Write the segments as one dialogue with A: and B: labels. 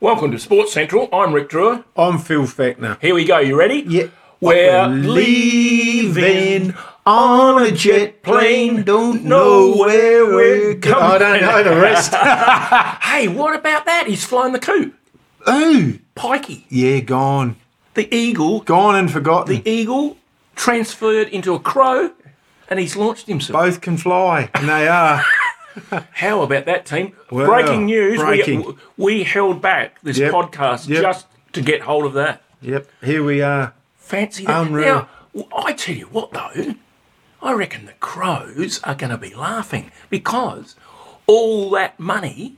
A: Welcome to Sports Central. I'm Rick Drewer.
B: I'm Phil Fechner.
A: Here we go. You ready?
B: Yeah.
A: We're
B: leaving
A: leaving.
B: on a jet plane, don't know where we're going. I don't know the rest.
A: Hey, what about that? He's flying the coop.
B: Ooh,
A: Pikey.
B: yeah, gone,
A: The eagle.
B: gone and forgotten.
A: The eagle transferred into a crow and he's launched himself.
B: Both can fly, and they are.
A: How about that, team?
B: Well,
A: breaking news.
B: breaking.
A: We, we held back this
B: Yep.
A: podcast
B: Yep.
A: just to get hold of that.
B: yep, here we are.
A: Fancy that.
B: Unreal.
A: Now, I tell you what, though, I reckon the crows are going to be laughing because all that money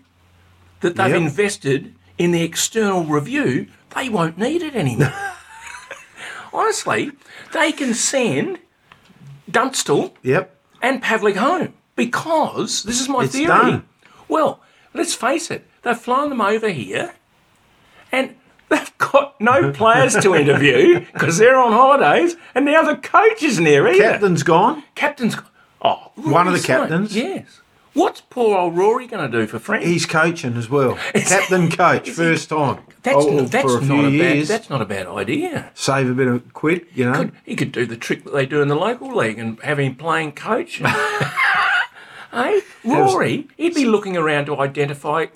A: that they've
B: Yep.
A: invested in the external review, they won't need it anymore. Honestly, they can send Dunstall
B: Yep,
A: and Pavlik home because this is my
B: It's
A: theory.
B: done.
A: Well, let's face it, they've flown them over here and they've got no players to interview because they're on holidays and now the coach isn't here either.
B: captain's gone.
A: Captain's. Oh, Rory
B: One of the
A: Sloan,
B: captains.
A: Yes. What's poor old Rory going to do for friends?
B: He's coaching as well. Captain coach, first time.
A: that's
B: Oh,
A: n- that's
B: for a few
A: not a
B: years.
A: bad. That's not a bad idea.
B: Save a bit of quid, you know.
A: He could do the trick that they do in the local league and have him playing coach. and- hey, Rory, he'd be looking around to identify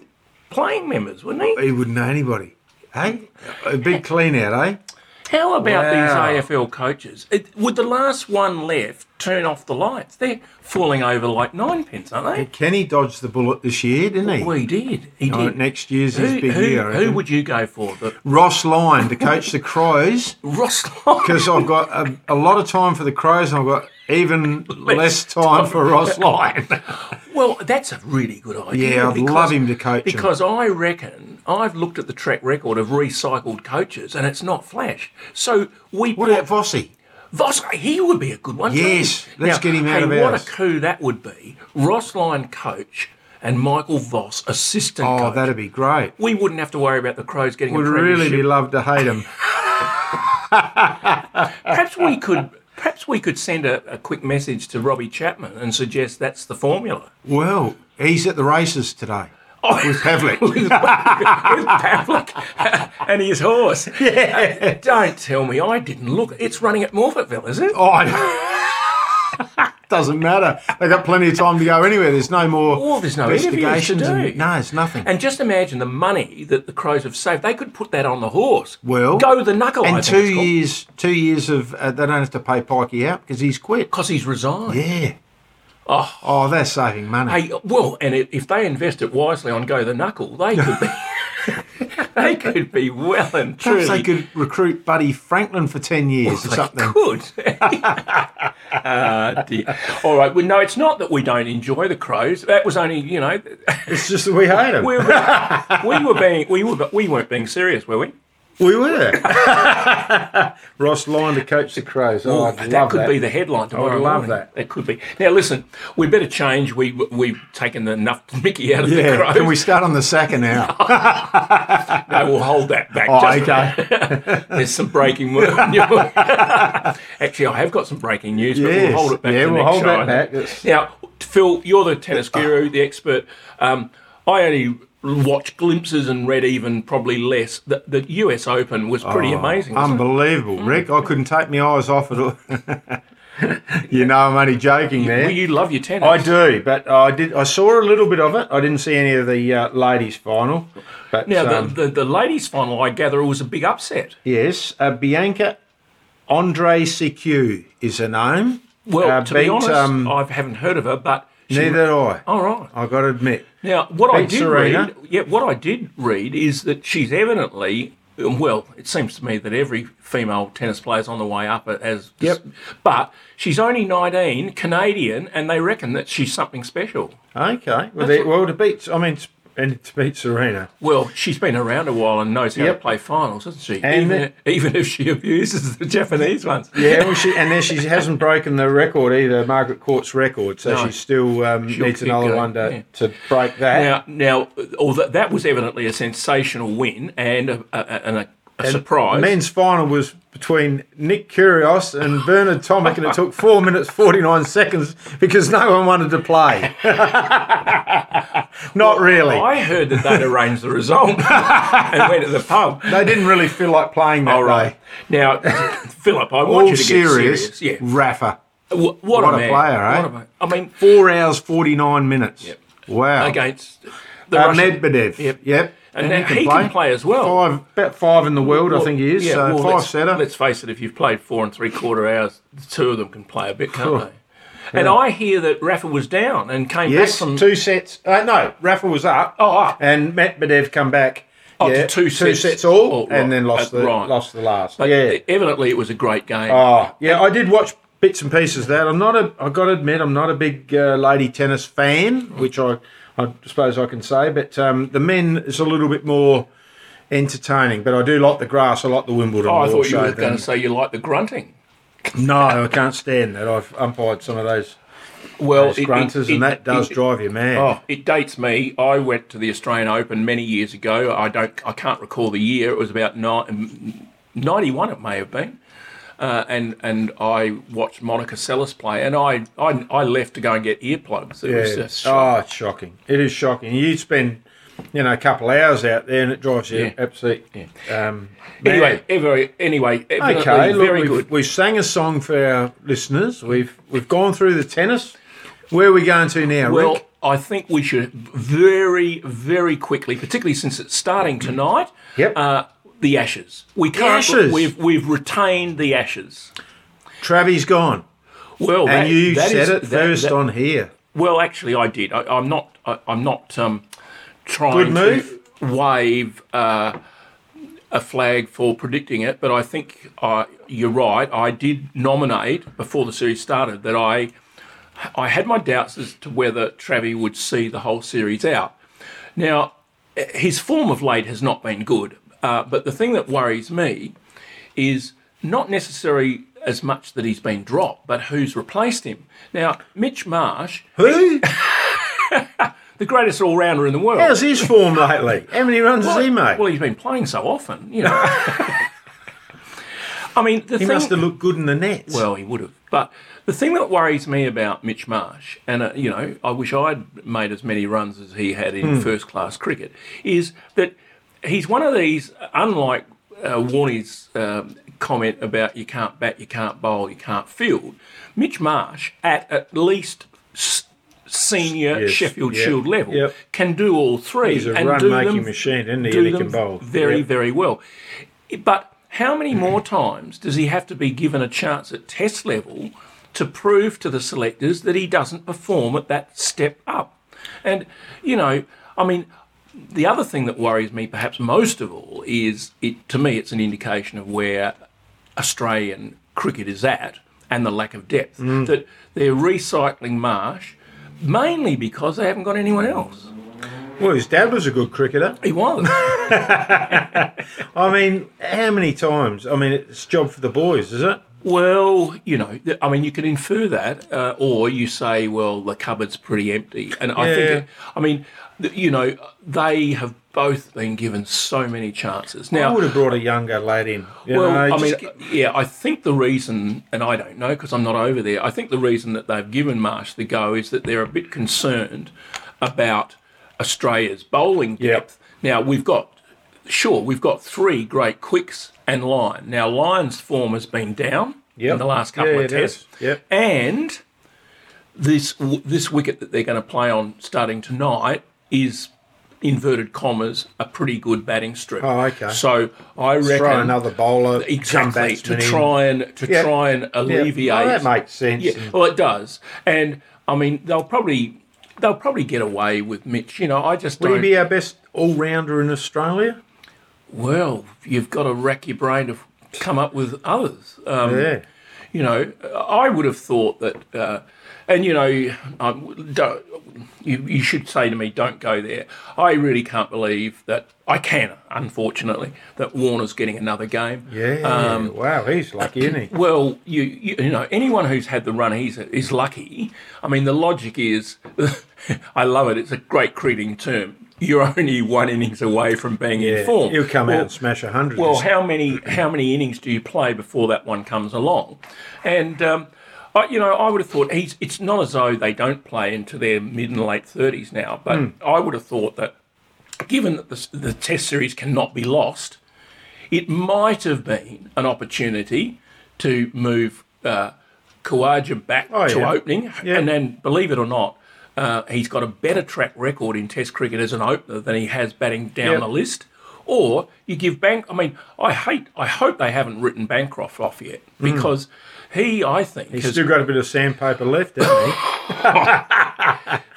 A: playing members, wouldn't he?
B: He wouldn't know anybody. Hey, a big clean out, eh?
A: How about
B: Wow.
A: these AFL coaches? It, would the last one left turn off the lights? They're falling over like ninepins, aren't
B: Kenny dodged the bullet this year, didn't he?
A: they? We did. He
B: Oh,
A: did.
B: Next year's
A: who,
B: his big
A: who-
B: year. I
A: who
B: reckon.
A: would you go for? The
B: Ross Lyon to coach the Crows
A: Ross Lyon.
B: because I've got a, a lot of time for the Crows and I've got even less time for Ross Lyon.
A: Uh, oh, Well, that's a really good idea.
B: Yeah, I'd
A: because-
B: love him to coach 'em.
A: Because I reckon I've looked at the track record of recycled coaches and it's not flash. So we
B: What about Vossi?
A: Voss, he would be a good one. too.
B: Yes, let's
A: Now,
B: get him out
A: hey,
B: of
A: What
B: ours.
A: a coup that would be. Ross Lyon coach and Michael Voss assistant
B: Oh,
A: coach.
B: that'd be great.
A: We wouldn't have to worry about the Crows getting
B: Would
A: a
B: really
A: premiership.
B: be loved to hate him.
A: Perhaps we could perhaps we could send a, a quick message to Robbie Chapman and suggest that's the formula.
B: Well, he's at the races today with Pavlik.
A: Oh. with Pavlik and his horse. Yeah. Don't tell me I didn't look. It's running at Morfettville, is it?
B: oh, I- doesn't matter. They got plenty of time to go anywhere. There's no more
A: Oh, there's no interviews to
B: investigations.
A: do.
B: and- no, it's nothing.
A: And just imagine the money that the crows have saved. They could put that on the horse.
B: Well,
A: go the knuckle.
B: and two years, two years of uh, they don't have to pay Pikey out because he's quit.
A: because he's resigned.
B: Yeah. Oh, they're saving money.
A: Hey, well, and i- if they invest it wisely on go the knuckle, they could be. they could be well and truly. Oh,
B: Perhaps they could recruit Buddy Franklin for ten years or
A: They
B: something.
A: could. Ah, dear. All right. Well, no, it's not that we don't enjoy the crows. That was only, you know,
B: It's just that we hate him.
A: we were, we were being we were we weren't being serious, were we?
B: We were. Ross Lyon to coach the Crows. Oh, I'd
A: that
B: love
A: could
B: that. Oh,
A: be the headline tomorrow.
B: love
A: morning.
B: that.
A: That could be. Now listen, we better change. We we've taken enough Mickey out of the
B: yeah,
A: crows.
B: can we start on the second now?
A: No, we'll hold that back.
B: Oh,
A: just-
B: okay.
A: There's some breaking news. Actually, I have got some breaking news, but
B: Yes.
A: we'll hold it back.
B: Yeah,
A: to
B: we'll
A: next
B: hold
A: show,
B: that
A: I
B: back.
A: think.
B: That's-
A: Now, Phil, you're the tennis guru, the expert. Um, I only watched glimpses and read even probably less. The, the US Open was pretty
B: Oh,
A: amazing. wasn't it?
B: Unbelievable, Rick. I couldn't take my eyes off it. you know, I'm only joking there.
A: Well, you love your tennis.
B: I do, but I did. I saw a little bit of it. I didn't see any of the uh, ladies' final, but
A: Now,
B: um,
A: the, the, the ladies' final, I gather, was a big upset.
B: yes, uh, Bianca Andre CQ is her name.
A: Well,
B: Uh,
A: to
B: beat,
A: be honest,
B: um,
A: I haven't heard of her, but. She,
B: neither did I.
A: all right.
B: I got to admit,
A: Now, what I
B: Beat
A: did
B: Serena.
A: read, yeah, what I did read is that she's evidently, um, well, it seems to me that every female tennis player's on the way up as,
B: Yep.
A: but she's only 19, Canadian, and they reckon that she's something special.
B: okay. Well, they, well, to beat. I mean, s- and to beat Serena.
A: Well, she's been around a while and knows how to
B: Yep.
A: play finals, doesn't she?
B: And
A: even,
B: it-
A: even if she abuses the Japanese ones.
B: Yeah, well, she, and then she hasn't broken the record either, Margaret Court's record. So
A: No.
B: she still um, needs
A: keep
B: another
A: going,
B: one to,
A: yeah.
B: to break that.
A: Now, now, although that was evidently a sensational win and a, a, and a a surprise.
B: Men's final was between Nick Kyrgios and Bernard Tomic, and it took four minutes forty nine seconds because no one wanted to play. Not really.
A: I heard that they'd arranged the result and went to the pub.
B: They didn't really feel like playing that
A: All right.
B: day.
A: Now, Philip, I want
B: All
A: you to
B: serious,
A: get serious. Yeah.
B: Rafa.
A: What,
B: What
A: a,
B: a
A: man.
B: player, eh?
A: What a man. I mean,
B: Four hours forty nine minutes. Wow.
A: against the
B: Uh,
A: Russian.
B: Medvedev.
A: Yep.
B: Yep.
A: And now he can play as well.
B: Five, about five in the world, I think he is. so
A: well,
B: five
A: let's,
B: setter.
A: Let's face it, if you've played four and three quarter hours, the two of them can play a bit, can't they? And I hear that Rafa was down and came
B: Yes,
A: back from
B: two sets. Uh, no, Rafa was up.
A: Oh, up.
B: And Medvedev come back.
A: to two sets.
B: all,
A: Oh, right.
B: and then lost
A: Uh,
B: the
A: right.
B: lost the last.
A: But
B: yeah.
A: Evidently, it was a great game.
B: Oh, yeah. I did watch bits and pieces of that. I'm not a. I got to admit, I'm not a big uh, lady tennis fan, which I I suppose I can say. But um, the men is a little bit more entertaining. But I do like the grass. I like the Wimbledon.
A: Oh, I
B: more
A: thought you
B: so
A: were
B: than-
A: going to say you like the grunting.
B: No, I can't stand that. I've umpired some of those,
A: Well,
B: those grunters, and that does
A: Oh, it-
B: drive you mad.
A: Oh, it dates me. I went to the Australian Open many years ago. I don't, I can't recall the year. It was about ni- 91 It may have been, uh, and and I watched Monica Seles play, and I, I I left to go and get earplugs. It was
B: Yeah.
A: just shocking.
B: Oh, it's shocking. It is shocking. You spend, you know, a couple of hours out there and it drives you
A: Yeah.
B: absolute. Um,
A: anyway,
B: mad.
A: ever, anyway, evidently
B: Okay, look,
A: very
B: we've,
A: good.
B: we've sang a song for our listeners. We've we've gone through the tennis. Where are we going to now,
A: Well,
B: Rick?
A: I think we should very, very quickly, particularly since it's starting tonight.
B: Yep.
A: Uh, the Ashes. We can't.
B: Ashes.
A: We've we've retained the Ashes.
B: Travi's gone,
A: Well,
B: and
A: that-
B: you
A: that
B: said
A: is-
B: it
A: that-
B: first
A: that-
B: on here.
A: Well, actually, I did. I, I'm not. I, I'm not um, trying
B: Good move.
A: to wave uh, a flag for predicting it, but I think I, you're right. I did nominate before the series started that I I had my doubts as to whether Travi would see the whole series out. Now, eh, his form of late has not been good, uh, but the thing that worries me is not necessarily as much that he's been dropped, but who's replaced him. Now, Mitch Marsh,
B: Who?
A: the greatest all rounder in the world.
B: How's his form lately? How many runs has he made?
A: Well, he's been playing so often, you know. I mean, the
B: he
A: thing.
B: must have looked good in the nets.
A: Well, he would have. But the thing that worries me about Mitch Marsh, and uh, you know, I wish I'd made as many runs as he had in
B: Hmm.
A: first class cricket, is that he's one of these, unlike uh, Warnie's um, comment about you can't bat, you can't bowl, you can't field, Mitch Marsh, at at least s- senior
B: Yes,
A: Sheffield
B: yeah,
A: Shield level,
B: yep.
A: can do all three.
B: He's a
A: and
B: run
A: do
B: making
A: them-
B: machine, isn't he?
A: do
B: and he
A: them
B: can bowl.
A: very,
B: Yep.
A: very well. But how many more times does he have to be given a chance at test level to prove to the selectors that he doesn't perform at that step up? And, you know, I mean, the other thing that worries me perhaps most of all is it to me it's an indication of where Australian cricket is at and the lack of depth.
B: Mm.
A: That they're recycling Marsh mainly because they haven't got anyone else.
B: well, his dad was a good cricketer.
A: He was.
B: I mean, how many times? I mean, it's a job for the boys, is it?
A: Well, you know, th- I mean, you can infer that, uh, or you say, well, the cupboard's pretty empty. And I think,
B: Yeah.
A: it, I mean, th- you know, they have both been given so many chances.
B: I
A: Now,
B: would have brought a younger lad in. You
A: well,
B: know,
A: I
B: just
A: mean,
B: get-
A: yeah, I think the reason, and I don't know because I'm not over there, I think the reason that they've given Marsh the go is that they're a bit concerned about Australia's bowling
B: Yep.
A: depth. Now, we've got, sure, we've got three great quicks and Lyon. Now, Lyon's form has been down in
B: Yep.
A: the last couple
B: Yeah,
A: of
B: it has.
A: tests.
B: Yep.
A: And this w- this wicket that they're going to play on starting tonight is inverted commas a pretty good batting strip.
B: Oh, okay.
A: So I reckon
B: throw another bowler,
A: exactly
B: come
A: to
B: batsman in.
A: try and to
B: Yeah.
A: try and
B: Yeah.
A: alleviate.
B: Oh, that makes sense.
A: Yeah, well, it does, and I mean they'll probably they'll probably get away with Mitch. You know, I just
B: Would he
A: don't.
B: be our best all rounder in Australia?
A: well, you've got to rack your brain to f- come up with others. Um,
B: Yeah.
A: You know, I would have thought that, uh, and you know, I don't, you, you should say to me, don't go there. I really can't believe that I can, unfortunately, that Warner's getting another game.
B: Yeah.
A: Um,
B: wow, he's lucky, isn't he?
A: Well, you, you you know anyone who's had the run he's is lucky. I mean, the logic is, I love it. It's a great creating term. you're only one innings away from being in form.
B: He'll come out
A: Well,
B: and smash a hundred.
A: well, how many how many innings do you play before that one comes along? And um, I, you know, I would have thought he's. It's not as though they don't play into their mid and late thirties now, but
B: Hmm.
A: I would have thought that, given that the, s- the Test series cannot be lost, it might have been an opportunity to move uh, Kawaja back
B: Oh,
A: to
B: yeah.
A: opening,
B: Yeah.
A: and then believe it or not. Uh, he's got a better track record in Test cricket as an opener than he has batting down
B: Yeah.
A: the list, or you give Bank. I mean, I hate. I hope they haven't written Bancroft off yet because he, I think,
B: Hmm. He's
A: has,
B: still got a bit of sandpaper left, hasn't he?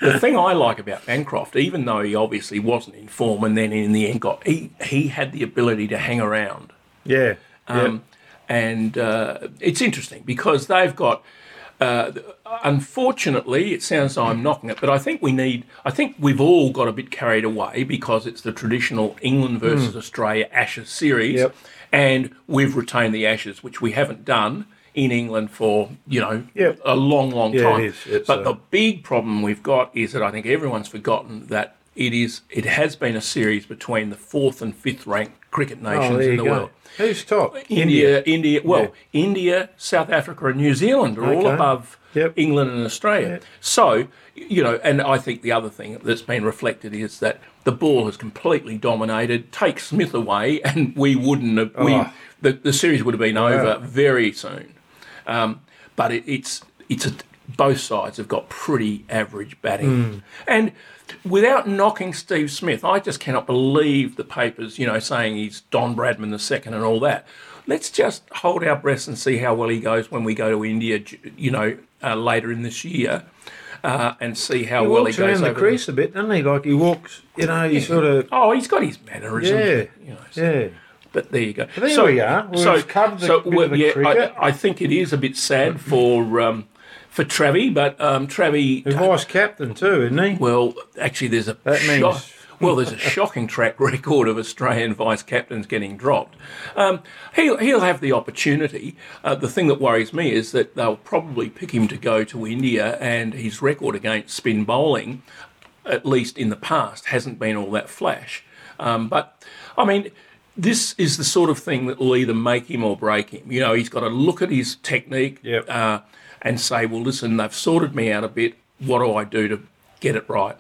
A: the thing I like about Bancroft, even though he obviously wasn't in form, and then in the end got he he had the ability to hang around
B: Yeah. yeah.
A: Um, And uh, it's interesting because they've got. Uh, unfortunately, it sounds like I'm knocking it, but I think we need. I think we've all got a bit carried away because it's the traditional England versus Australia Ashes series,
B: Hmm. Yep.
A: and we've retained the Ashes, which we haven't done in England for you know
B: Yep.
A: a long, long
B: Yeah, it
A: time.
B: is. It's,
A: but
B: uh,
A: the big problem we've got is that I think everyone's forgotten that it is. It has been a series between the fourth and fifth ranked cricket nations
B: Oh, there
A: in
B: you
A: the
B: go.
A: world.
B: Who's top?
A: India, India, well, India, South Africa, and New Zealand are all
B: Okay.
A: above
B: Yep.
A: England and Australia. So, you know, and I think the other thing that's been reflected is that the ball has completely dominated. Take Smith away, and we wouldn't have, we,
B: Oh.
A: the, the series would have been over very soon. Um, but it, it's, it's a, both sides have got pretty average
B: Hmm.
A: batting. And without knocking Steve Smith, I just cannot believe the papers, you know, saying he's Don Bradman the second and all that. Let's just hold our breaths and see how well he goes when we go to India, you know, uh, later in this year, uh, and see how well he
B: walks
A: goes.
B: around the
A: over
B: crease a bit, doesn't he? Like he walks, you know, he sort
A: there.
B: of.
A: Oh, he's got his mannerism.
B: Yeah.
A: You know, so-
B: Yeah.
A: but there you go.
B: there we are. We've covered the bit
A: well,
B: of the
A: yeah,
B: cricket.
A: I, I think it is a bit sad for um, for Travi, but um, Travi
B: The vice captain, too, isn't he?
A: well, actually, there's a
B: That means-
A: shock- well, there's a shocking track record of Australian vice captains getting dropped. Um, he'll he'll have the opportunity. Uh, the thing that worries me is that they'll probably pick him to go to India, and his record against spin bowling, at least in the past, hasn't been all that flash. Um, but I mean. This is the sort of thing that will either make him or break him. You know, he's got to look at his technique,
B: Yep.
A: uh, and say, "Well, listen, they've sorted me out a bit. What do I do to get it right?"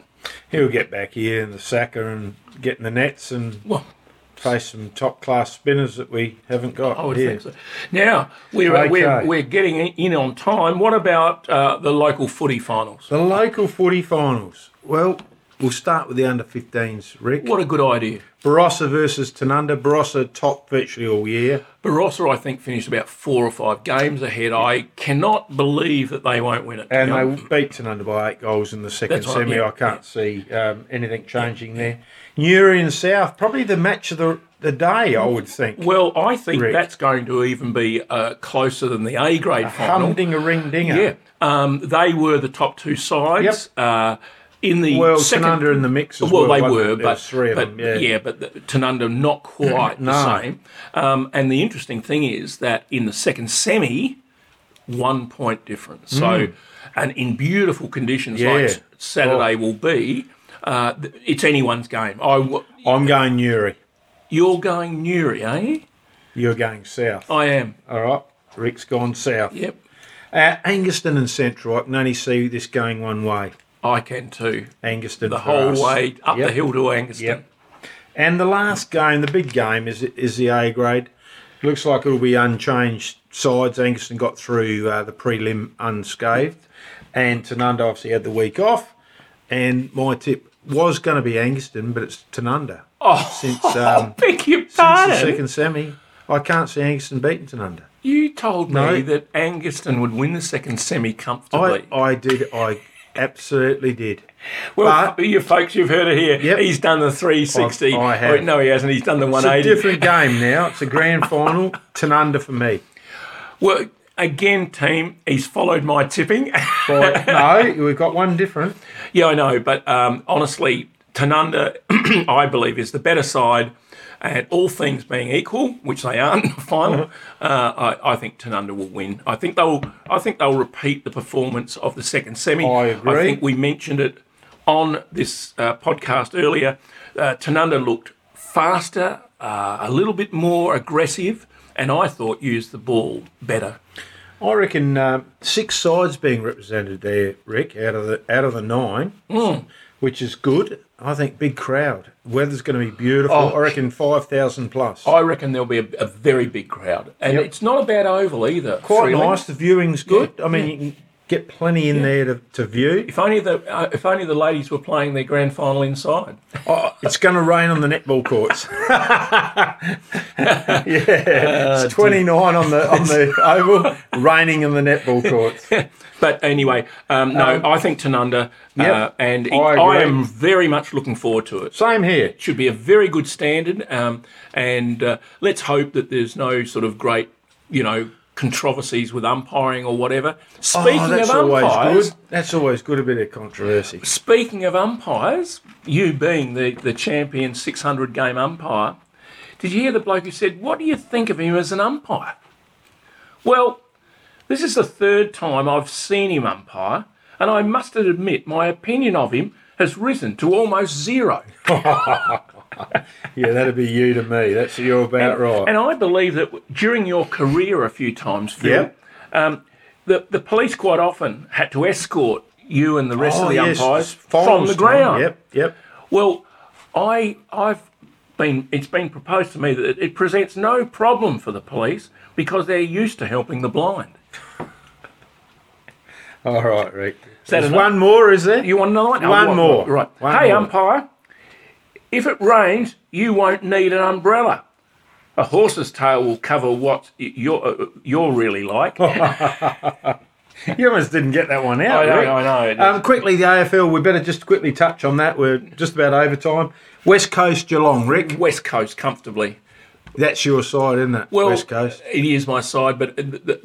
B: He'll get back here in the sacker and get in the nets and
A: Well,
B: face some top class spinners that we haven't got.
A: I would
B: here.
A: think so. Now we're uh, we're,
B: Okay.
A: we're getting in on time. What about uh, the local footy finals?
B: The local footy finals. Well, we'll start with the under 15s, Rick.
A: What a good idea.
B: Barossa versus Tanunda. Barossa top virtually all year.
A: Barossa, I think, finished about four or five games ahead. I cannot believe that they won't win it.
B: And
A: You know,
B: they beat Tanunda by eight goals in the second
A: That's right,
B: semi.
A: yeah,
B: I can't see um, anything changing there. Newry and South, probably the match of the, the day, I would think.
A: well, I think
B: Rick.
A: that's going to even be uh, closer than the A grade final.
B: Humding a ring dinger.
A: Yeah, um, they were the top two sides. Uh, in the
B: Well,
A: second,
B: Tanunda in the mix as well.
A: Well, they
B: wasn't
A: were,
B: it? There
A: but
B: was three of
A: but
B: them. Yeah.
A: but the, Tanunda not quite the
B: No.
A: same. Um, and the interesting thing is that in the second semi, one point difference. So, and in beautiful conditions like
B: Mm. Yeah. Oh.
A: s- Saturday will be, uh, th- it's anyone's game. I w-
B: I'm going Newry.
A: you're going Newry, eh?
B: You're going South.
A: I am.
B: All right. Rick's gone South.
A: Yep,
B: Uh, Anguston and Central. I can only see this going one way.
A: I can too.
B: Anguston
A: The whole way up
B: Yep.
A: the hill to Angaston.
B: Yep. And the last game, the big game, is is the A grade. Looks like it'll be unchanged sides. Anguston got through uh, the prelim unscathed, and Tanunda obviously had the week off. And my tip was going to be Anguston, but it's Tanunda.
A: Oh,
B: Since, um,
A: beg your
B: Since the
A: pardon.
B: second semi, I can't see Anguston beating Tanunda.
A: You told me
B: No.
A: that Anguston would win the second semi comfortably.
B: I, I did. I absolutely did.
A: well, you folks, you've heard it here.
B: Yep.
A: He's done the 360.
B: I- I have.
A: Oh, no, he hasn't. He's done the
B: It's a
A: 180.
B: different game now. It's a grand final. Tanunda for me.
A: well, again, team, he's followed my tipping.
B: But no, we've got one different.
A: yeah, I know. But um, honestly, Tanunda, I believe, is the better side. And all things being equal, which they aren't in the final, uh, I, I think Tanunda will win. I think they'll. I think they'll repeat the performance of the second semi.
B: I agree.
A: I think we mentioned it on this uh, podcast earlier, uh, Tanunda looked faster, uh, a little bit more aggressive, and I thought used the ball better.
B: I reckon uh, six sides being represented there, Rick, out of the out of the nine, which is good. I think big crowd. Weather's going to be beautiful.
A: Oh.
B: I reckon five thousand plus.
A: I reckon there'll be a, a very big crowd, and it's not a bad oval either.
B: Quite
A: Freeling.
B: nice. The viewing's good. I mean, you can get plenty in there to, to view.
A: If only the uh, if only the ladies were playing their grand final inside.
B: Oh, it's going to rain on the netball courts.
A: Oh,
B: yeah, it's 29 on the on the oval, raining on the netball courts.
A: But anyway, um, no, I think Tanunda, uh,
B: yep,
A: and it-
B: I
A: I,
B: agree.
A: am very much looking forward to it.
B: Same here.
A: Should be a very good standard, um, and uh, let's hope that there's no sort of great, you know, controversies with umpiring or whatever. Speaking
B: oh, that's
A: of
B: always
A: umpires,
B: good. That's always good. A bit of controversy.
A: speaking of umpires, you being the the champion 600 game umpire, did you hear the bloke who said, "What do you think of him as an umpire?" Well, this is the third time I've seen him umpire, and I must admit my opinion of him has risen to almost zero.
B: Yeah, that'd be you to me. That's you're about right.
A: And I believe that w- during your career, a few times, Phil,
B: Yeah.
A: um, the the police quite often had to escort you and the rest
B: Oh,
A: of the
B: yes,
A: umpires from
B: finals
A: the
B: time.
A: ground.
B: Yep, yep.
A: Well, I I've been it's been proposed to me that it presents no problem for the police because they're used to helping the blind.
B: All right, Rick.
A: that
B: There's
A: enough?
B: one more, is there?
A: You want another one? No,
B: One
A: one-
B: more.
A: Right.
B: One
A: hey,
B: more.
A: umpire, if it rains, you won't need an umbrella. A horse's tail will cover what y- you're, uh, you're really like.
B: Oh, You almost didn't get that one out.
A: I know,
B: Rick.
A: I know.
B: Um, quickly, the AFL. We better just quickly touch on that. We're just about over time. West Coast Geelong, Rick.
A: West Coast comfortably.
B: That's your side, isn't it?
A: Well,
B: West Coast.
A: it is my side, but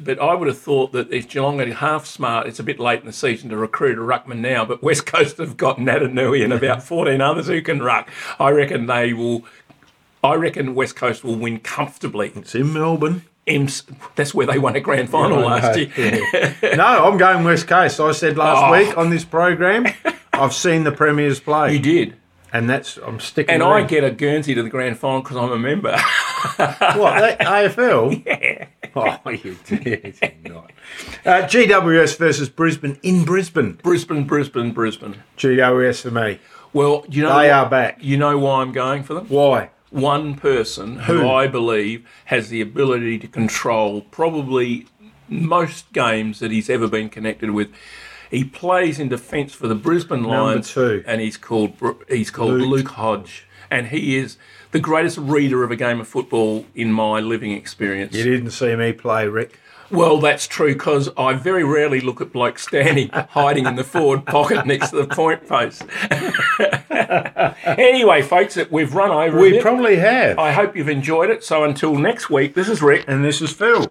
A: but I would have thought that if Geelong are half smart, it's a bit late in the season to recruit a ruckman now. But West Coast have got Natanui and about fourteen others who can ruck. I reckon they will. I reckon West Coast will win comfortably.
B: It's in Melbourne.
A: Imps, that's where they won a grand final
B: I
A: last
B: know.
A: year.
B: no, I'm going West Coast. I said last
A: Oh.
B: week on this program, I've seen the Premiers play,
A: You did.
B: and that's I'm sticking.
A: And I
B: around.
A: get a Guernsey to the grand final because I'm a member.
B: what that AFL? Yeah. Oh, you did not. Uh, GWS versus Brisbane in Brisbane.
A: Brisbane, Brisbane, Brisbane.
B: GWS for me.
A: Well, you know
B: They
A: what-
B: are back.
A: You know why I'm going for them?
B: Why?
A: one person who,
B: Who?
A: I believe has the ability to control probably most games that he's ever been connected with. He plays in defence for the Brisbane Lions,
B: two.
A: and he's called Br- he's called Luke. Hodge, and he is the greatest reader of a game of football in my living experience.
B: You didn't see me play, Rick.
A: Well, that's true because I very rarely look at blokes standing hiding in the forward pocket next to the point post. anyway, folks, that we've run over. a
B: We
A: bit.
B: probably have.
A: I hope you've enjoyed it. So until next week, this is Rick.
B: and this is Phil.